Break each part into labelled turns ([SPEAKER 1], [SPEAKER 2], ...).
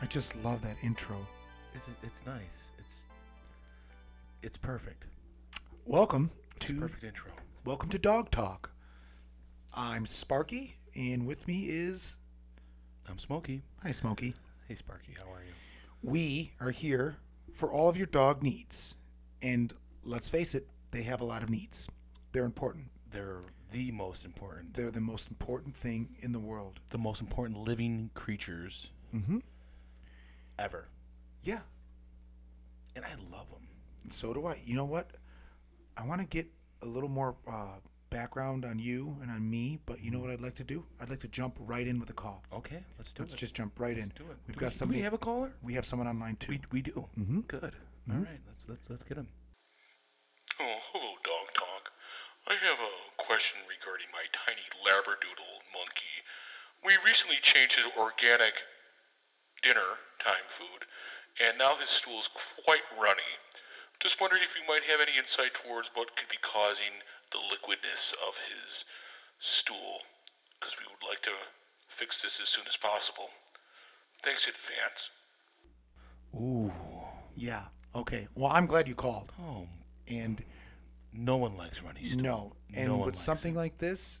[SPEAKER 1] I just love that intro.
[SPEAKER 2] It's, it's nice. It's it's perfect.
[SPEAKER 1] Welcome
[SPEAKER 2] It's a
[SPEAKER 1] to
[SPEAKER 2] perfect intro.
[SPEAKER 1] welcome to Dog Talk. I'm Sparky, and with me is
[SPEAKER 2] I'm Smokey.
[SPEAKER 1] hi Smokey.
[SPEAKER 2] Hey Sparky, how are you?
[SPEAKER 1] We are here for all of your dog needs, and let's face it, they have a lot of needs. They're important.
[SPEAKER 2] They're the most important,
[SPEAKER 1] They're the most important thing in the world.
[SPEAKER 2] the most important living creatures
[SPEAKER 1] Mm-hmm.
[SPEAKER 2] ever,
[SPEAKER 1] Yeah.
[SPEAKER 2] and I love them.
[SPEAKER 1] So do I. You know what? I want to get a little more uh, background on you and on me, but you know what I'd like to do? I'd like to jump right in with a call.
[SPEAKER 2] Okay, let's do
[SPEAKER 1] Let's
[SPEAKER 2] it.
[SPEAKER 1] just jump right in.
[SPEAKER 2] let's do it.
[SPEAKER 1] We've
[SPEAKER 2] Do
[SPEAKER 1] got
[SPEAKER 2] we,
[SPEAKER 1] somebody.
[SPEAKER 2] Do we have a caller?
[SPEAKER 1] We have someone online too.
[SPEAKER 2] We, we do. Mm-hmm. Good. All right, let's let's let's get him.
[SPEAKER 3] Oh, hello, Dog Talk. I have a question regarding my tiny Labradoodle monkey. We recently changed his organic dinner time food, and now his stool is quite runny. Just wondering if you might have any insight towards what could be causing the liquidness of his stool, because we would like to fix this as soon as possible. Thanks in advance.
[SPEAKER 2] Ooh.
[SPEAKER 1] Yeah. Okay. Well, I'm glad you called.
[SPEAKER 2] Oh,
[SPEAKER 1] And
[SPEAKER 2] no one likes runny stool.
[SPEAKER 1] no, and
[SPEAKER 2] No one
[SPEAKER 1] with
[SPEAKER 2] likes
[SPEAKER 1] something like this,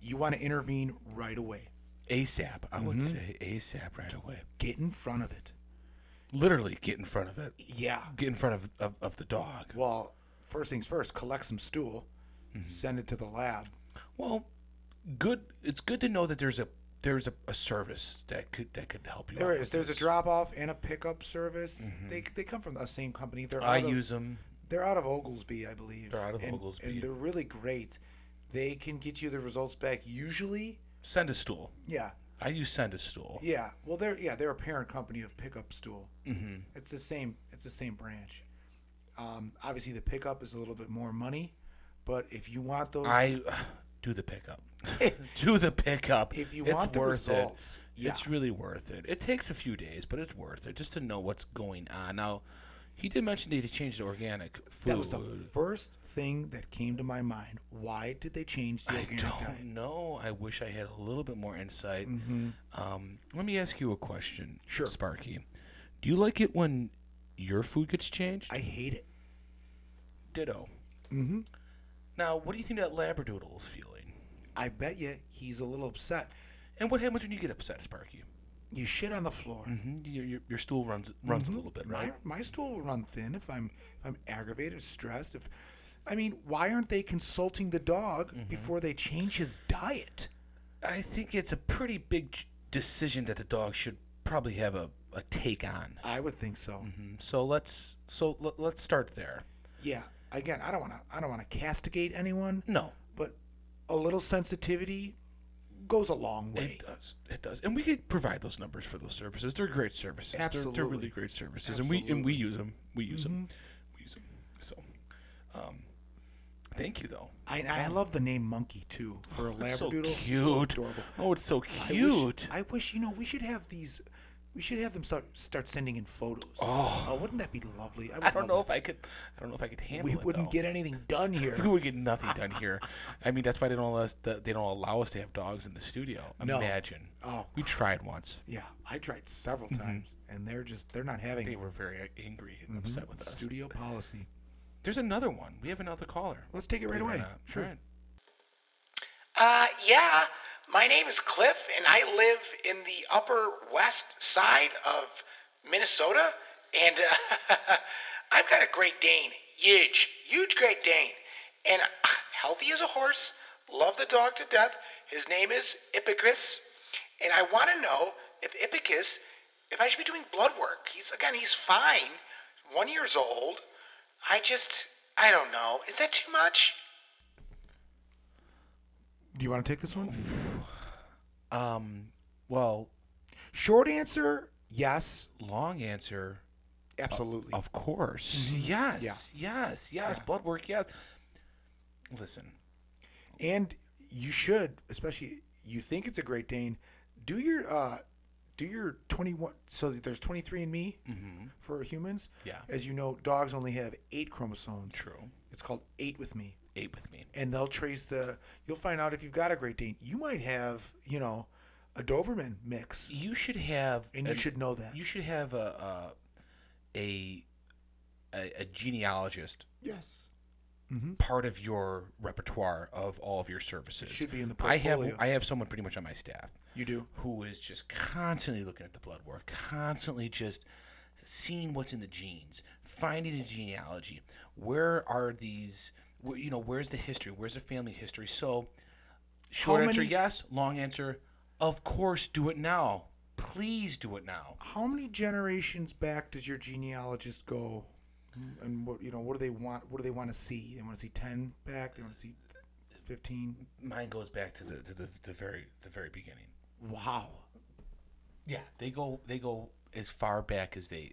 [SPEAKER 1] you want to intervene right away.
[SPEAKER 2] ASAP. I would say ASAP right away.
[SPEAKER 1] Get in front of it.
[SPEAKER 2] Literally, get in front of it.
[SPEAKER 1] Yeah.
[SPEAKER 2] Get in front of of, of the dog.
[SPEAKER 1] Well, first things first, collect some stool, send it to the lab.
[SPEAKER 2] Well, good. It's good to know that there's a there's a, a service that could that could help you.
[SPEAKER 1] There
[SPEAKER 2] out
[SPEAKER 1] is.
[SPEAKER 2] with
[SPEAKER 1] There's a
[SPEAKER 2] this.
[SPEAKER 1] drop off and a pickup service. They, they come from the same company. They're
[SPEAKER 2] I
[SPEAKER 1] out of-
[SPEAKER 2] use them.
[SPEAKER 1] Mm-hmm. They're out of Oglesby, I believe.
[SPEAKER 2] They're out of
[SPEAKER 1] and,
[SPEAKER 2] Oglesby.
[SPEAKER 1] and they're really great. They can get you the results back usually.
[SPEAKER 2] Send a stool.
[SPEAKER 1] Yeah,
[SPEAKER 2] I use send a stool.
[SPEAKER 1] Yeah, well, they're yeah they're a parent company of Pickup Stool. Mm-hmm. It's the same. It's the same branch. Um, obviously, the pickup is a little bit more money, but if you want those,
[SPEAKER 2] I do the pickup. do the pickup.
[SPEAKER 1] If you
[SPEAKER 2] it's
[SPEAKER 1] want the
[SPEAKER 2] worth it.
[SPEAKER 1] results, yeah.
[SPEAKER 2] it's really worth it. It takes a few days, but it's worth it just to know what's going on. Now, he did mention they changed the organic food.
[SPEAKER 1] that was the first thing that came to my mind. Why did they change the
[SPEAKER 2] I
[SPEAKER 1] organic diet?
[SPEAKER 2] don't know. I wish I had a little bit more insight. Um, let me ask you a question,
[SPEAKER 1] Sure.
[SPEAKER 2] Sparky. Do you like it when your food gets changed?
[SPEAKER 1] I hate it.
[SPEAKER 2] Ditto. Mm-hmm. Now, what do you think that Labradoodle is feeling?
[SPEAKER 1] I bet you he's a little upset.
[SPEAKER 2] And what happens when you get upset, Sparky?
[SPEAKER 1] You shit on the floor.
[SPEAKER 2] hmm Your, your, your stool runs runs a little bit,
[SPEAKER 1] My,
[SPEAKER 2] Mm-hmm. right?
[SPEAKER 1] my stool will run thin if I'm if I'm aggravated, stressed. If I mean, why aren't they consulting the dog
[SPEAKER 2] Mm-hmm.
[SPEAKER 1] before they change his diet?
[SPEAKER 2] I think it's a pretty big ch- decision that the dog should probably have a, a take on.
[SPEAKER 1] I would think so.
[SPEAKER 2] Mm, So let's so l- let's start there.
[SPEAKER 1] Yeah. Again, I don't want to. I don't want to castigate anyone,
[SPEAKER 2] No,
[SPEAKER 1] but a little sensitivity goes a long way.
[SPEAKER 2] It does. It does. And we could provide those numbers for those services. They're great services. They're- They're,
[SPEAKER 1] Absolutely. Mm-hmm.
[SPEAKER 2] really great services. And we and we use them. We use them. We use them. So, um, thank you though.
[SPEAKER 1] I, I love the name Monkey too for a
[SPEAKER 2] It's so
[SPEAKER 1] Labradoodle. It's
[SPEAKER 2] cute.
[SPEAKER 1] adorable.
[SPEAKER 2] Oh, it's so
[SPEAKER 1] I wish-
[SPEAKER 2] cute.
[SPEAKER 1] I wish, you know we should have these. We should have them start start sending in photos. Oh, wouldn't that be lovely? would
[SPEAKER 2] I,
[SPEAKER 1] love
[SPEAKER 2] don't know
[SPEAKER 1] it.
[SPEAKER 2] if I could. I don't know if I could handle
[SPEAKER 1] we
[SPEAKER 2] it.
[SPEAKER 1] wouldn't
[SPEAKER 2] though.
[SPEAKER 1] get anything done
[SPEAKER 2] We
[SPEAKER 1] here.
[SPEAKER 2] would get nothing done here. I mean, that's why they don't allow us. that They don't allow us to have dogs in the studio.
[SPEAKER 1] No.
[SPEAKER 2] Imagine.
[SPEAKER 1] Oh.
[SPEAKER 2] We tried once.
[SPEAKER 1] yeah, I tried several
[SPEAKER 2] Mm-hmm.
[SPEAKER 1] times, and they're just they're not having
[SPEAKER 2] They
[SPEAKER 1] it.
[SPEAKER 2] were very angry and upset with us.
[SPEAKER 1] Mm-hmm. studio policy.
[SPEAKER 2] There's another one. We have another caller.
[SPEAKER 1] Let's take it right away.
[SPEAKER 2] Sure.
[SPEAKER 4] Uh, yeah. My name is Cliff, and I live in the upper west side of Minnesota. And uh, I've got a Great Dane, huge, huge Great Dane, and uh, healthy as a horse. Love the dog to death. His name is Ippicus, and I want to know if Ippicus, if I should be doing blood work. He's again, he's fine, one years old. I just, I don't know. Is that too much?
[SPEAKER 1] Do you want to take this one?
[SPEAKER 2] Um, well,
[SPEAKER 1] Short answer: Yes,
[SPEAKER 2] long answer, Uh,
[SPEAKER 1] absolutely.
[SPEAKER 2] of course. Yes, yes, yes. Blood work, yes. Listen,
[SPEAKER 1] and you should especially you think it's a great dane do your uh do your 21 so that there's 23 in me for humans
[SPEAKER 2] mm-hmm, Yeah.
[SPEAKER 1] as you know dogs only have eight chromosomes
[SPEAKER 2] true.
[SPEAKER 1] it's called eight with me
[SPEAKER 2] Eight with me.
[SPEAKER 1] and they'll trace the you'll find out if you've got a great dane you might have you know a Doberman mix,
[SPEAKER 2] You should have.
[SPEAKER 1] and you
[SPEAKER 2] an-
[SPEAKER 1] should know that.
[SPEAKER 2] You should have a a a, a, a genealogist
[SPEAKER 1] yes. Mm-hmm.
[SPEAKER 2] part of your repertoire of all of your services.
[SPEAKER 1] should be in the
[SPEAKER 2] I have
[SPEAKER 1] portfolio.
[SPEAKER 2] I have someone pretty much on my staff
[SPEAKER 1] You do.
[SPEAKER 2] who is just constantly looking at the blood work, constantly just seeing what's in the genes, finding the genealogy. Where are these? Where, you know, where's the history? Where's the family history? So, short
[SPEAKER 1] How
[SPEAKER 2] answer
[SPEAKER 1] many-
[SPEAKER 2] yes. Long answer, of course, do it now. Please do it now.
[SPEAKER 1] How many generations back does your genealogist go? And what you know, what do they want? What do they want to see? They want to see ten back. They want to see fifteen.
[SPEAKER 2] Mine goes back to the to the, the very the very beginning.
[SPEAKER 1] Wow.
[SPEAKER 2] Yeah, they go they go as far back as they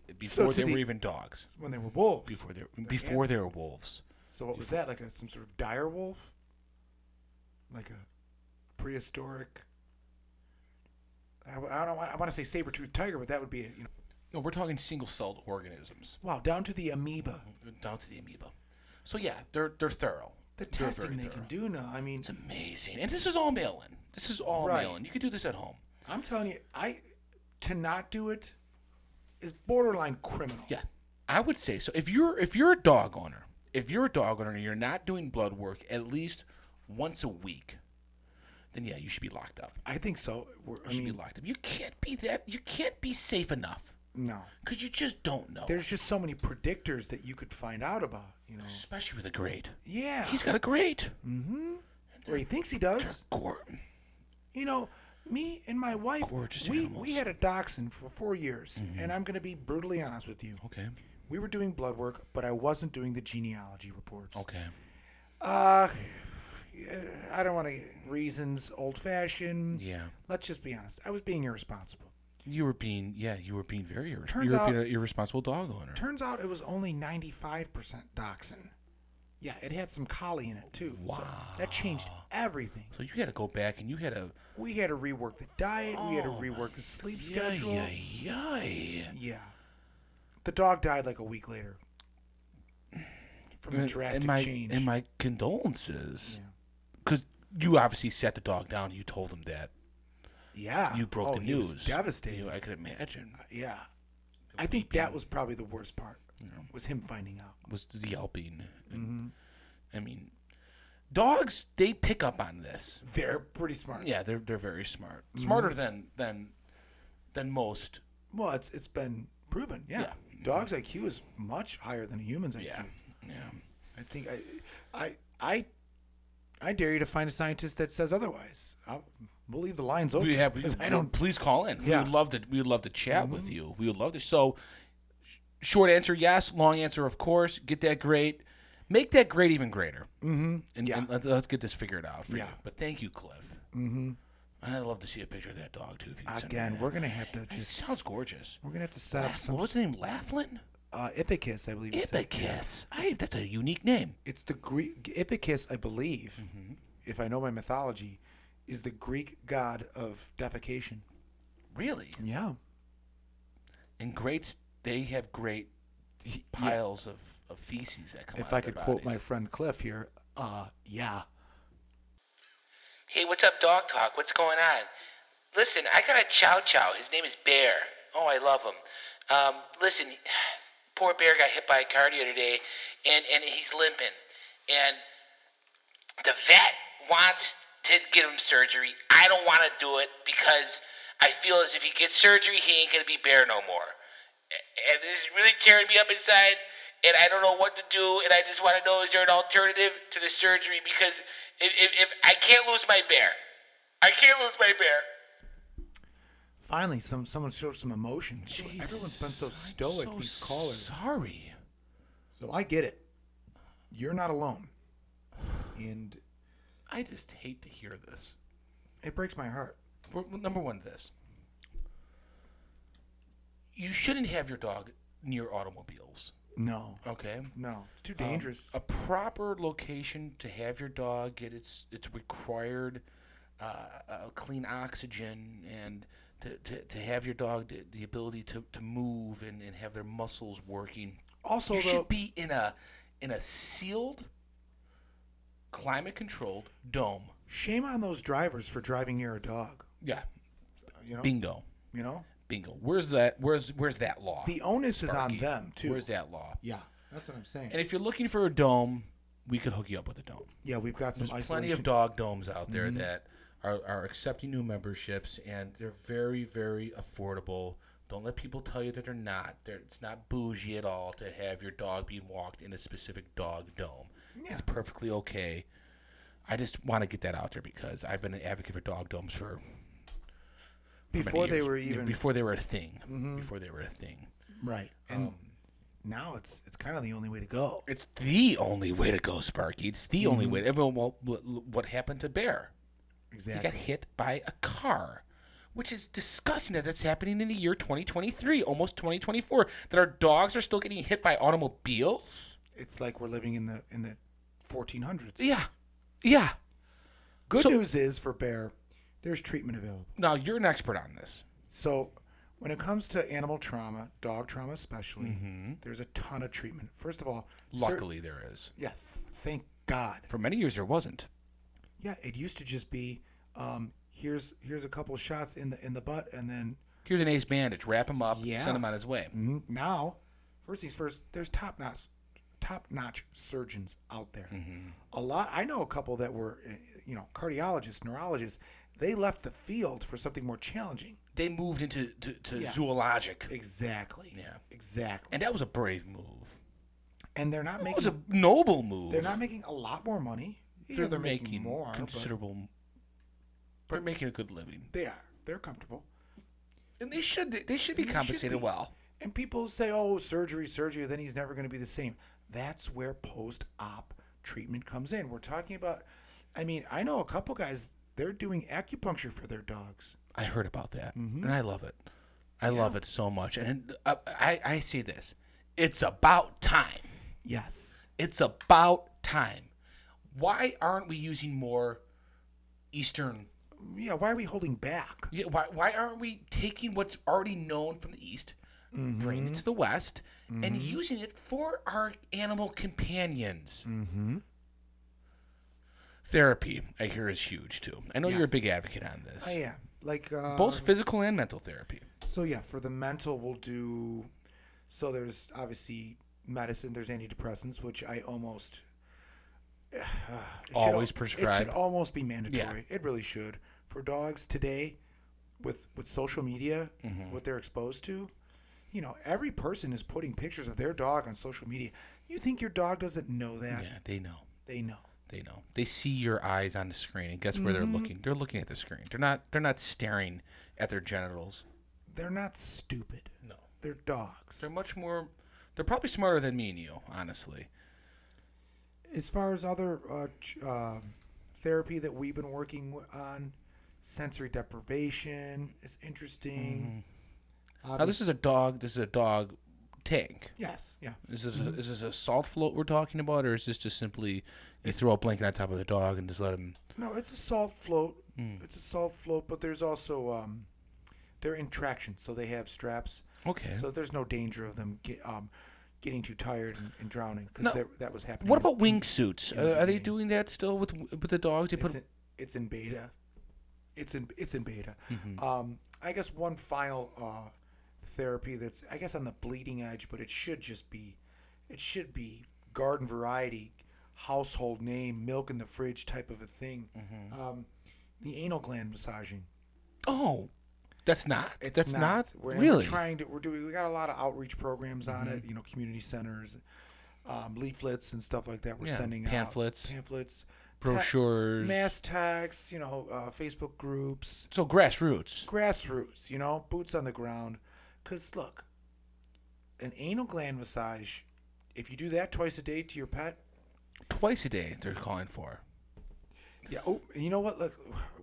[SPEAKER 1] to
[SPEAKER 2] before they were
[SPEAKER 1] the-
[SPEAKER 2] even dogs.
[SPEAKER 1] When they were wolves.
[SPEAKER 2] Before they were- before they were wolves.
[SPEAKER 1] So what was that? Like a some sort of dire wolf? Like a prehistoric. I, I don't. Want, I want to say saber toothed tiger, but that would be a, you know.
[SPEAKER 2] No, we're talking single celled organisms
[SPEAKER 1] Wow, down to the amoeba.
[SPEAKER 2] down to the amoeba. So yeah, they're they're thorough.
[SPEAKER 1] The
[SPEAKER 2] They're
[SPEAKER 1] testing
[SPEAKER 2] very
[SPEAKER 1] they
[SPEAKER 2] thorough.
[SPEAKER 1] can do now. I mean,
[SPEAKER 2] It's amazing, and this is all mail in. This is all
[SPEAKER 1] Right.
[SPEAKER 2] mail in. You can do this at home.
[SPEAKER 1] I'm telling you, I to not do it is borderline criminal.
[SPEAKER 2] Yeah, I would say so. If you're if you're a dog owner, if you're a dog owner and you're not doing blood work at least once a week, then yeah, you should be locked up.
[SPEAKER 1] I think so. We're, I
[SPEAKER 2] should be
[SPEAKER 1] mean,
[SPEAKER 2] locked up. You can't be that. You can't be safe enough
[SPEAKER 1] no.
[SPEAKER 2] because you just don't know.
[SPEAKER 1] There's just so many predictors that you could find out about. You know.
[SPEAKER 2] Especially with a grade.
[SPEAKER 1] Yeah.
[SPEAKER 2] He's got a grade.
[SPEAKER 1] or he thinks he does.
[SPEAKER 2] Gor-
[SPEAKER 1] You know, me and my wife,
[SPEAKER 2] Gorgeous
[SPEAKER 1] we,
[SPEAKER 2] animals. Mm-hmm.
[SPEAKER 1] we had a dachshund for four years, and I'm going to be brutally honest with you.
[SPEAKER 2] Okay.
[SPEAKER 1] We were doing blood work, but I wasn't doing the genealogy reports.
[SPEAKER 2] Okay.
[SPEAKER 1] Uh, I don't want to reasons old fashioned.
[SPEAKER 2] Yeah.
[SPEAKER 1] Let's just be honest. I was being irresponsible.
[SPEAKER 2] You were being yeah. You were being very irre-
[SPEAKER 1] Turns
[SPEAKER 2] you were
[SPEAKER 1] out-
[SPEAKER 2] being an irresponsible dog owner.
[SPEAKER 1] Turns out it was only 95% dachshund. Yeah, it had some collie in it too. Wow. that changed everything.
[SPEAKER 2] so you had to go back and you had to.
[SPEAKER 1] We had to rework the diet, we had to rework the sleep schedule.
[SPEAKER 2] Oh, Yeah, yeah, yeah.
[SPEAKER 1] Yeah. The dog died like a week later from the drastic
[SPEAKER 2] and my,
[SPEAKER 1] change.
[SPEAKER 2] And my condolences, because you obviously set the dog down. You told him that
[SPEAKER 1] yeah.
[SPEAKER 2] you broke
[SPEAKER 1] oh,
[SPEAKER 2] the
[SPEAKER 1] he
[SPEAKER 2] news.
[SPEAKER 1] was devastated.
[SPEAKER 2] You- I could imagine.
[SPEAKER 1] yeah. I think that was probably the worst part was him finding out.
[SPEAKER 2] was the yelping. And,
[SPEAKER 1] Mm-hmm.
[SPEAKER 2] I mean, dogs they pick up on this.
[SPEAKER 1] They're pretty smart.
[SPEAKER 2] Yeah, they're they're very smart,
[SPEAKER 1] Mm-hmm.
[SPEAKER 2] smarter than than than most.
[SPEAKER 1] Well, it's it's been proven. Yeah. Dogs IQ is much higher than a human's IQ.
[SPEAKER 2] Yeah, yeah.
[SPEAKER 1] I think I I I I dare you to find a scientist that says otherwise. I'll, we'll leave the lines open.
[SPEAKER 2] We have.
[SPEAKER 1] 'cause
[SPEAKER 2] I
[SPEAKER 1] I don't
[SPEAKER 2] Please call in. We
[SPEAKER 1] Yeah. Mm-hmm.
[SPEAKER 2] would love to. We would love to chat with you. We would love to. So, sh- short answer yes. Long answer of course. Get that great. Make that great even greater. Mm-hmm. And,
[SPEAKER 1] Yeah.
[SPEAKER 2] and let, us get this figured out. For
[SPEAKER 1] Yeah.
[SPEAKER 2] You. But thank you, Cliff. Mm-hmm. And I'd love to see a picture of that dog too. If you could send me
[SPEAKER 1] again.
[SPEAKER 2] that.
[SPEAKER 1] We're gonna have to
[SPEAKER 2] It
[SPEAKER 1] just
[SPEAKER 2] sounds gorgeous.
[SPEAKER 1] we're gonna have to set up
[SPEAKER 2] What
[SPEAKER 1] some
[SPEAKER 2] was the name? Laughlin.
[SPEAKER 1] uh, Ipicus, I believe. it said.
[SPEAKER 2] Ipicus. I, that's a unique name.
[SPEAKER 1] It's the Greek Ipicus, I believe,
[SPEAKER 2] Mm-hmm.
[SPEAKER 1] if I know my mythology, is the Greek god of defecation.
[SPEAKER 2] Really.
[SPEAKER 1] Yeah.
[SPEAKER 2] And greats, they have great piles of, of feces that come out
[SPEAKER 1] If I
[SPEAKER 2] of their
[SPEAKER 1] could quote my
[SPEAKER 2] bodies.
[SPEAKER 1] friend Cliff here, uh, yeah.
[SPEAKER 5] Hey, what's up, Dog Talk? What's going on? Listen, I got a chow chow. His name is Bear. Oh, I love him. Um, listen, poor Bear got hit by a car the other day, and, and he's limping. And the vet wants to give him surgery. I don't want to do it because I feel as if he gets surgery, he ain't going to be Bear no more. A- And this is really tearing me up inside, and I don't know what to do, and I just want to know is there an alternative to the surgery? Because if, if, if I can't lose my bear, I can't lose my bear.
[SPEAKER 1] Finally, some someone showed some emotion. Everyone's been so stoic.
[SPEAKER 2] So
[SPEAKER 1] these callers.
[SPEAKER 2] Sorry.
[SPEAKER 1] So I get it. You're not alone. And
[SPEAKER 2] I just hate to hear this.
[SPEAKER 1] it breaks my heart.
[SPEAKER 2] For, number one, this. You shouldn't have your dog near automobiles.
[SPEAKER 1] No.
[SPEAKER 2] Okay.
[SPEAKER 1] No. It's
[SPEAKER 2] Oh.
[SPEAKER 1] too dangerous.
[SPEAKER 2] A proper location to have your dog get its its required uh, uh, clean oxygen and to, to, to have your dog the, the ability to, to move and, and have their muscles working.
[SPEAKER 1] also
[SPEAKER 2] you
[SPEAKER 1] though
[SPEAKER 2] should be in a in a sealed, climate controlled dome.
[SPEAKER 1] shame on those drivers for driving near a dog.
[SPEAKER 2] Yeah.
[SPEAKER 1] you know,
[SPEAKER 2] Bingo.
[SPEAKER 1] you know,
[SPEAKER 2] Bingo. Where's that where's where's that law?
[SPEAKER 1] the onus is on them too.
[SPEAKER 2] Where's that law?
[SPEAKER 1] Yeah, that's what I'm saying.
[SPEAKER 2] And if you're looking for a dome, we could hook you up with a dome.
[SPEAKER 1] yeah, we've got some
[SPEAKER 2] There's plenty
[SPEAKER 1] isolation. Mm-hmm.
[SPEAKER 2] of dog domes out there that are, are accepting new memberships, and they're very, very affordable. Don't let people tell you that they're not. They're, it's not bougie at all to have your dog being walked in a specific dog dome. It's perfectly okay. I just want to get that out there because I've been an advocate for dog domes for many
[SPEAKER 1] before they
[SPEAKER 2] years.
[SPEAKER 1] were
[SPEAKER 2] Yeah,
[SPEAKER 1] even Mm-hmm.
[SPEAKER 2] before they were a thing. Before they were a thing.
[SPEAKER 1] right,
[SPEAKER 2] um,
[SPEAKER 1] and now it's it's kind of the only way to go.
[SPEAKER 2] It's the only way to go, Sparky. It's the
[SPEAKER 1] Mm-hmm.
[SPEAKER 2] only way. Everyone, well, what- what happened to Bear? He
[SPEAKER 1] Exactly.
[SPEAKER 2] got hit by a car, which is disgusting that that's happening in the year 2023, almost 2024. That our dogs are still getting hit by automobiles.
[SPEAKER 1] It's like we're living in the in the 1400s.
[SPEAKER 2] Yeah, yeah.
[SPEAKER 1] Good
[SPEAKER 2] So-
[SPEAKER 1] news is for bear, there's treatment available.
[SPEAKER 2] Now you're an expert on this.
[SPEAKER 1] So, when it comes to animal trauma, dog trauma especially,
[SPEAKER 2] Mm-hmm.
[SPEAKER 1] there's a ton of treatment. First of all, cer-
[SPEAKER 2] Luckily, there is.
[SPEAKER 1] yeah, th- thank God.
[SPEAKER 2] For many years, there wasn't.
[SPEAKER 1] Yeah, it used to just be um, here's here's a couple shots in the in the butt, and then
[SPEAKER 2] Here's an ace bandage. Wrap him up.
[SPEAKER 1] Yeah.
[SPEAKER 2] Send him on his way.
[SPEAKER 1] mm, now, first things first, there's top notch top notch surgeons out there. A lot. I know a couple that were eh, you know cardiologists, neurologists. They left the field for something more challenging.
[SPEAKER 2] They moved into to, to
[SPEAKER 1] Yeah.
[SPEAKER 2] zoologic,
[SPEAKER 1] Exactly.
[SPEAKER 2] Yeah.
[SPEAKER 1] Exactly.
[SPEAKER 2] and that was a brave move.
[SPEAKER 1] And they're not
[SPEAKER 2] That
[SPEAKER 1] making
[SPEAKER 2] was a noble move.
[SPEAKER 1] They're not making a lot more money. Sure, they're, making, more, but
[SPEAKER 2] considerable. they're making a good living.
[SPEAKER 1] they are. They're comfortable.
[SPEAKER 2] And they should they should be
[SPEAKER 1] They should
[SPEAKER 2] compensated
[SPEAKER 1] be.
[SPEAKER 2] well.
[SPEAKER 1] And people say, "Oh, surgery, surgery." Then he's never going to be the same. That's where post-op treatment comes in. We're talking about. I mean, I know a couple guys. They're doing acupuncture for their dogs.
[SPEAKER 2] I heard about that, and I love it. I love it so much. And uh, I I say this, it's about time.
[SPEAKER 1] Yes.
[SPEAKER 2] It's about time. Why aren't we using more Eastern?
[SPEAKER 1] Yeah. Why are we holding back?
[SPEAKER 2] yeah, Why why aren't we taking what's already known from the East,
[SPEAKER 1] Mm-hmm.
[SPEAKER 2] bringing it to the West, and using it for our animal companions?
[SPEAKER 1] Mm-hmm.
[SPEAKER 2] Therapy, I hear, is huge too. I know you're a
[SPEAKER 1] Yes.
[SPEAKER 2] big advocate on this,
[SPEAKER 1] I am. Like uh,
[SPEAKER 2] both physical and mental therapy.
[SPEAKER 1] So yeah, for the mental, we'll do. So there's obviously medicine. There's antidepressants, which I almost It should al-
[SPEAKER 2] Always
[SPEAKER 1] It
[SPEAKER 2] prescribe.
[SPEAKER 1] should almost be mandatory. It really should for dogs today, with with social media,
[SPEAKER 2] Mm-hmm.
[SPEAKER 1] what they're exposed to. You know, every person is putting pictures of their dog on social media. You think your dog doesn't know that?
[SPEAKER 2] Yeah, they know.
[SPEAKER 1] They know.
[SPEAKER 2] They know. They see your eyes on the screen, and guess
[SPEAKER 1] Mm-hmm.
[SPEAKER 2] where they're looking? They're looking at the screen. They're not. They're not staring at their genitals.
[SPEAKER 1] They're not stupid.
[SPEAKER 2] No.
[SPEAKER 1] They're dogs.
[SPEAKER 2] They're much more. They're probably smarter than me and you, honestly.
[SPEAKER 1] As far as other uh, ch- um therapy that we've been working w- on, sensory deprivation is interesting.
[SPEAKER 2] Now this is a dog. This is a dog tank.
[SPEAKER 1] Yes, yeah.
[SPEAKER 2] Is this a, is this a salt float we're talking about, or is this just simply you throw a blanket on top of the dog and just let him?
[SPEAKER 1] No, it's a salt float.
[SPEAKER 2] Mm.
[SPEAKER 1] It's a salt float, but there's also um, they're in traction, so they have straps.
[SPEAKER 2] Okay.
[SPEAKER 1] So there's no danger of them get, um, getting too tired and, and drowning
[SPEAKER 2] No.
[SPEAKER 1] because that was happening.
[SPEAKER 2] What
[SPEAKER 1] with-
[SPEAKER 2] about wingsuits? Uh, are they doing that still with with the dogs? They
[SPEAKER 1] it's
[SPEAKER 2] put
[SPEAKER 1] in, it's in beta. It's in it's in beta.
[SPEAKER 2] Mm-hmm.
[SPEAKER 1] Um, I guess one final uh, therapy that's I guess on the bleeding edge, but it should just be, it should be garden variety, household name, milk in the fridge type of a thing.
[SPEAKER 2] Mm-hmm.
[SPEAKER 1] Um, the anal gland massaging.
[SPEAKER 2] oh, that's not.
[SPEAKER 1] It's
[SPEAKER 2] that's not,
[SPEAKER 1] we're, and
[SPEAKER 2] really. Mm-hmm.
[SPEAKER 1] we're trying to. We're doing. We got a lot of outreach programs on it. You know, community centers, um, leaflets and stuff like that. We're
[SPEAKER 2] Yeah,
[SPEAKER 1] sending
[SPEAKER 2] pamphlets.
[SPEAKER 1] out pamphlets, te-
[SPEAKER 2] Brochures.
[SPEAKER 1] mass tags. You know, uh, Facebook groups,
[SPEAKER 2] so grassroots.
[SPEAKER 1] grassroots. You know, boots on the ground. Cause look, an anal gland massage. If you do that twice a day to your pet,
[SPEAKER 2] twice a day they're calling for.
[SPEAKER 1] yeah. Oh, and you know what? Look,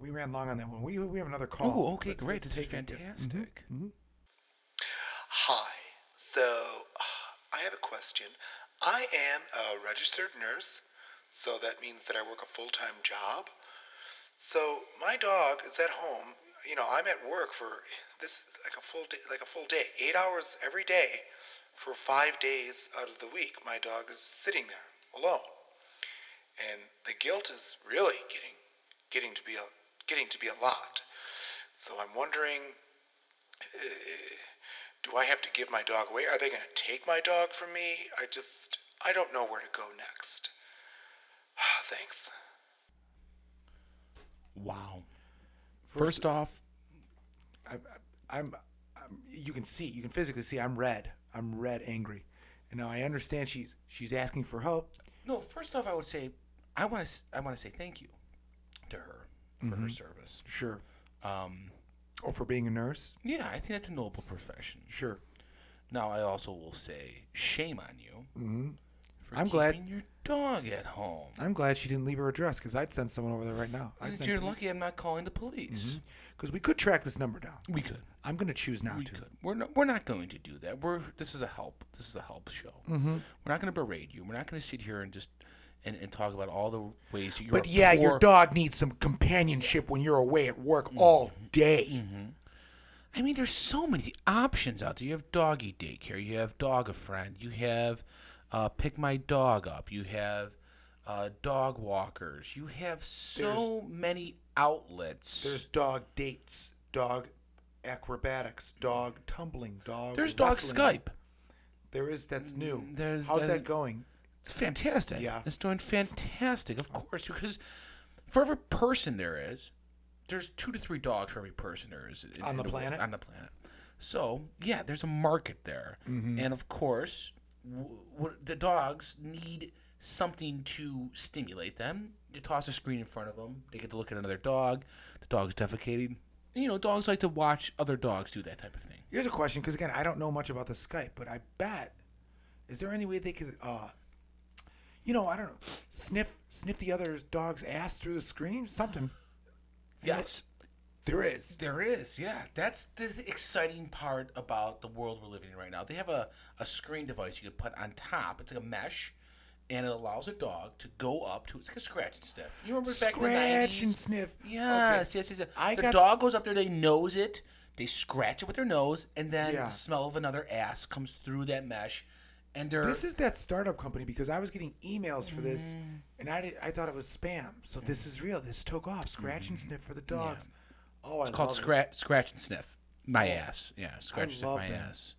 [SPEAKER 1] we ran long on that one. We we have another call.
[SPEAKER 2] Oh, okay,
[SPEAKER 1] Let's-
[SPEAKER 2] great.
[SPEAKER 1] let's
[SPEAKER 2] This is
[SPEAKER 1] take it. Mm-hmm.
[SPEAKER 2] fantastic.
[SPEAKER 4] Hi. So, uh, I have a question. I am a registered nurse, so that means that I work a full time job. So, my dog is at home. You know, I'm at work for this like a full day, like a full day, eight hours every day, for five days out of the week. My dog is sitting there alone, and the guilt is really getting, getting to be a, getting to be a lot. So I'm wondering uh, do I have to give my dog away? Are they going to take my dog from me? I just, I don't know where to go next. Thanks.
[SPEAKER 2] Wow. First, off,
[SPEAKER 1] I, I, I'm, I'm. You can see, you can physically see. I'm red. I'm red, angry. And now I understand she's she's asking for help.
[SPEAKER 2] no. First off, I would say I want to I want to say thank you to her for her service.
[SPEAKER 1] Sure.
[SPEAKER 2] Um,
[SPEAKER 1] Or for being a nurse.
[SPEAKER 2] yeah, I think that's a noble profession.
[SPEAKER 1] Sure.
[SPEAKER 2] Now, I also will say shame on you for
[SPEAKER 1] I'm
[SPEAKER 2] keeping
[SPEAKER 1] glad-
[SPEAKER 2] your dog at home.
[SPEAKER 1] I'm glad she didn't leave her address because I'd send someone over there right now. I'd
[SPEAKER 2] You're lucky I'm not calling the police.
[SPEAKER 1] because we could track this number down.
[SPEAKER 2] We could.
[SPEAKER 1] I'm gonna choose not
[SPEAKER 2] We
[SPEAKER 1] to.
[SPEAKER 2] could. We're not, we're not going to do that. We're this is a help. This is a help show. Mm-hmm. We're not going to berate you. We're not going to sit here and just and, and talk about all the ways that you're.
[SPEAKER 1] But
[SPEAKER 2] a
[SPEAKER 1] yeah, your
[SPEAKER 2] poor-
[SPEAKER 1] dog needs some companionship when you're away at work
[SPEAKER 2] Mm-hmm.
[SPEAKER 1] all day.
[SPEAKER 2] I mean, there's so many options out there. You have doggy daycare. You have dog a friend. You have uh, pick my dog up. You have uh, dog walkers. You have so many outlets.
[SPEAKER 1] There's dog dates, dog acrobatics, dog tumbling, dog.
[SPEAKER 2] There's dog
[SPEAKER 1] wrestling.
[SPEAKER 2] Skype. Mm,
[SPEAKER 1] There is that's new.
[SPEAKER 2] There's-
[SPEAKER 1] How's
[SPEAKER 2] there's-
[SPEAKER 1] that going?
[SPEAKER 2] It's fantastic.
[SPEAKER 1] Yeah.
[SPEAKER 2] It's doing fantastic, of course, because for every person there is, there's two to three dogs for every person there is in-
[SPEAKER 1] On
[SPEAKER 2] in
[SPEAKER 1] the
[SPEAKER 2] world-
[SPEAKER 1] planet?
[SPEAKER 2] On the planet. So yeah, there's a market there,
[SPEAKER 1] Mm-hmm.
[SPEAKER 2] and of course, w- w- the dogs need something to stimulate them. You toss a screen in front of them; they get to look at another dog. The dog's defecating. You know, dogs like to watch other dogs do that type of thing.
[SPEAKER 1] Here's a question, because again, I don't know much about the Skype, but I bet. Is there any way they could, uh, you know, I don't know, sniff sniff the other dog's ass through the screen, something?
[SPEAKER 2] Yes,
[SPEAKER 1] There is.
[SPEAKER 2] There is, yeah. That's the th- exciting part about the world we're living in right now. They have a, a screen device you can put on top. It's like a mesh, and it allows a dog to go up to. It's like a scratch and sniff. You remember back in the
[SPEAKER 1] Scratch
[SPEAKER 2] 90s?
[SPEAKER 1] and sniff.
[SPEAKER 2] Yes, yes, yes, yes.
[SPEAKER 1] I
[SPEAKER 2] the
[SPEAKER 1] got s-
[SPEAKER 2] dog goes up there. They nose it. They scratch it with their nose, and then
[SPEAKER 1] Yeah.
[SPEAKER 2] the smell of another ass comes through that mesh, and they're
[SPEAKER 1] This is that startup company because I was getting emails for this,
[SPEAKER 2] Mm.
[SPEAKER 1] and I did, I thought it was spam. So this is real. This took off. Scratch and sniff for the dogs. Oh, I
[SPEAKER 2] Mm-hmm. called
[SPEAKER 1] love it. Oh.
[SPEAKER 2] scratch, scratch and sniff. My ass, yeah, scratch and sniff
[SPEAKER 1] love
[SPEAKER 2] my
[SPEAKER 1] that.
[SPEAKER 2] ass.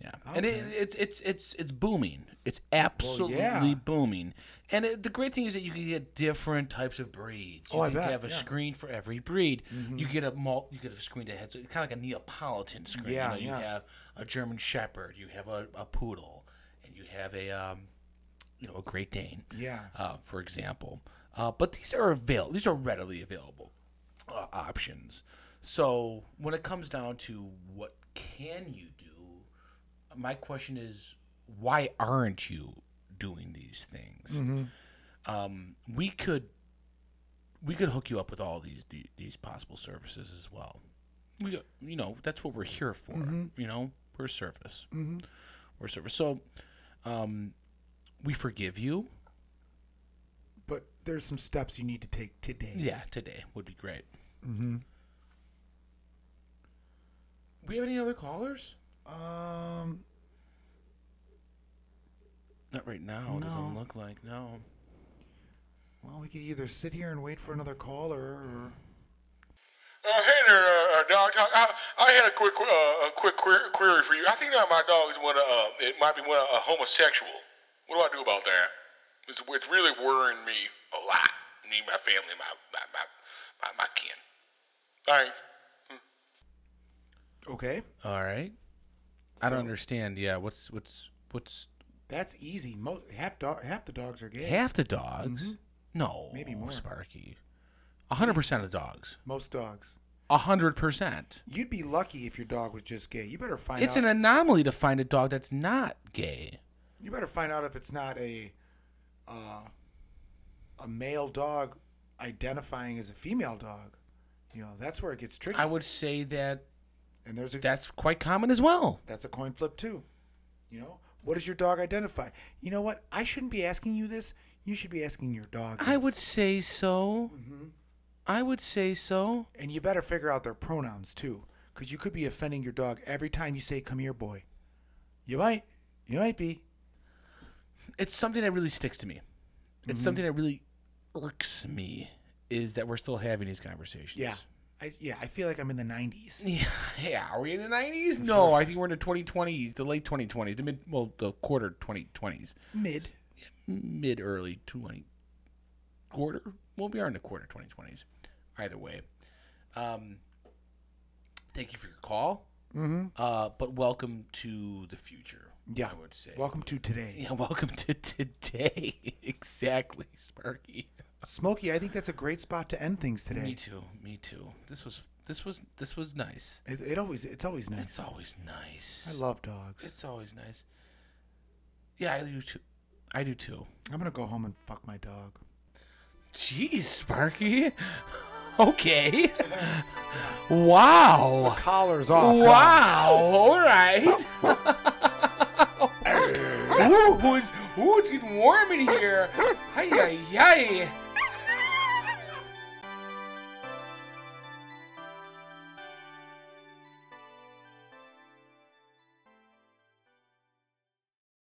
[SPEAKER 2] Yeah, and it, it's it's it's it's booming. It's absolutely
[SPEAKER 1] yeah.
[SPEAKER 2] booming. And it, the great thing is that you can get different types of breeds. You
[SPEAKER 1] Oh, I
[SPEAKER 2] can
[SPEAKER 1] bet,
[SPEAKER 2] have a
[SPEAKER 1] yeah. Mm-hmm.
[SPEAKER 2] screen for every breed. You get a malt. You get a screen that has kind of like a Neapolitan screen.
[SPEAKER 1] Yeah,
[SPEAKER 2] you,
[SPEAKER 1] yeah.
[SPEAKER 2] know, you have a German Shepherd. You have a, a poodle, and you have a um, you know, a Great Dane
[SPEAKER 1] Yeah.
[SPEAKER 2] uh, for example. Uh, but these are avail- these are readily available uh, options. So when it comes down to what can you do, my question is why aren't you doing these things? Um, we could we could hook you up with all these the- these possible services as well. We got- you know that's what we're here for. You know we're a service. Mm-hmm. We're a service. So um, we forgive you.
[SPEAKER 1] But there's some steps you need to take today.
[SPEAKER 2] Yeah, today would be great. Mm-hmm. We have any other callers?
[SPEAKER 1] Um.
[SPEAKER 2] Not right now. It Doesn't
[SPEAKER 1] No.
[SPEAKER 2] look like no.
[SPEAKER 1] Well, we could either sit here and wait for another caller, or
[SPEAKER 3] Uh, hey there, uh, uh, dog talk. I, I had a quick, uh, a quick query, query for you. I think that my dog is one of, uh, it might be one of a homosexual. What do I do about that? It's, it's really worrying me a lot. Me, my family, my, my, my, my, my kin. All right.
[SPEAKER 1] okay,
[SPEAKER 2] All right. I don't understand. Yeah, what's what's what's
[SPEAKER 1] that's easy. Most half dog, half the dogs are gay.
[SPEAKER 2] half the dogs? No,
[SPEAKER 1] Mm-hmm. Maybe more.
[SPEAKER 2] Sparky, a hundred percent of the dogs.
[SPEAKER 1] Most dogs.
[SPEAKER 2] A hundred percent.
[SPEAKER 1] You'd be lucky if your dog was just gay. You better find
[SPEAKER 2] It's
[SPEAKER 1] out.
[SPEAKER 2] an anomaly to find a dog that's not gay.
[SPEAKER 1] you better find out if it's not a, uh, a male dog identifying as a female dog. You know that's where it gets tricky.
[SPEAKER 2] I would say that
[SPEAKER 1] and there's a
[SPEAKER 2] that's quite common as well.
[SPEAKER 1] That's a coin flip too. You know, what does your dog identify? You know what? I shouldn't be asking you this. You should be asking your dog.
[SPEAKER 2] I
[SPEAKER 1] this.
[SPEAKER 2] would say so.
[SPEAKER 1] Mm-hmm.
[SPEAKER 2] I would say so.
[SPEAKER 1] And you better figure out their pronouns too, because you could be offending your dog every time you say "come here, boy." You might. You might be.
[SPEAKER 2] It's something that really sticks to me.
[SPEAKER 1] Mm-hmm.
[SPEAKER 2] It's something that really irks me is that we're still having these conversations.
[SPEAKER 1] Yeah. I, yeah, I feel like I'm in the 90s.
[SPEAKER 2] Yeah, yeah. Are we in the nineties? No, I think we're in the twenty twenties, the late twenty twenties, the mid, well, the quarter twenty twenties,
[SPEAKER 1] Mid.
[SPEAKER 2] mid early twenty quarter. Well, we are in the quarter twenty twenties. Either way, um, thank you for your call. Mm-hmm. Uh, but welcome to the future.
[SPEAKER 1] Yeah.
[SPEAKER 2] I would say.
[SPEAKER 1] Welcome to today.
[SPEAKER 2] yeah, welcome to today. exactly, Sparky.
[SPEAKER 1] Smokey, I think that's a great spot to end things
[SPEAKER 2] Me
[SPEAKER 1] today.
[SPEAKER 2] too. Me too. This was this was this was nice.
[SPEAKER 1] It, it always it's always nice.
[SPEAKER 2] It's always nice.
[SPEAKER 1] I love dogs.
[SPEAKER 2] It's always nice. Yeah, I do too. I do too.
[SPEAKER 1] I'm going to go home and fuck my dog.
[SPEAKER 2] Jeez, Sparky. Okay. Wow.
[SPEAKER 1] Collar's off.
[SPEAKER 2] Wow. All right. ooh, it's, ooh, it's getting warm in here. Hi, hi, hi.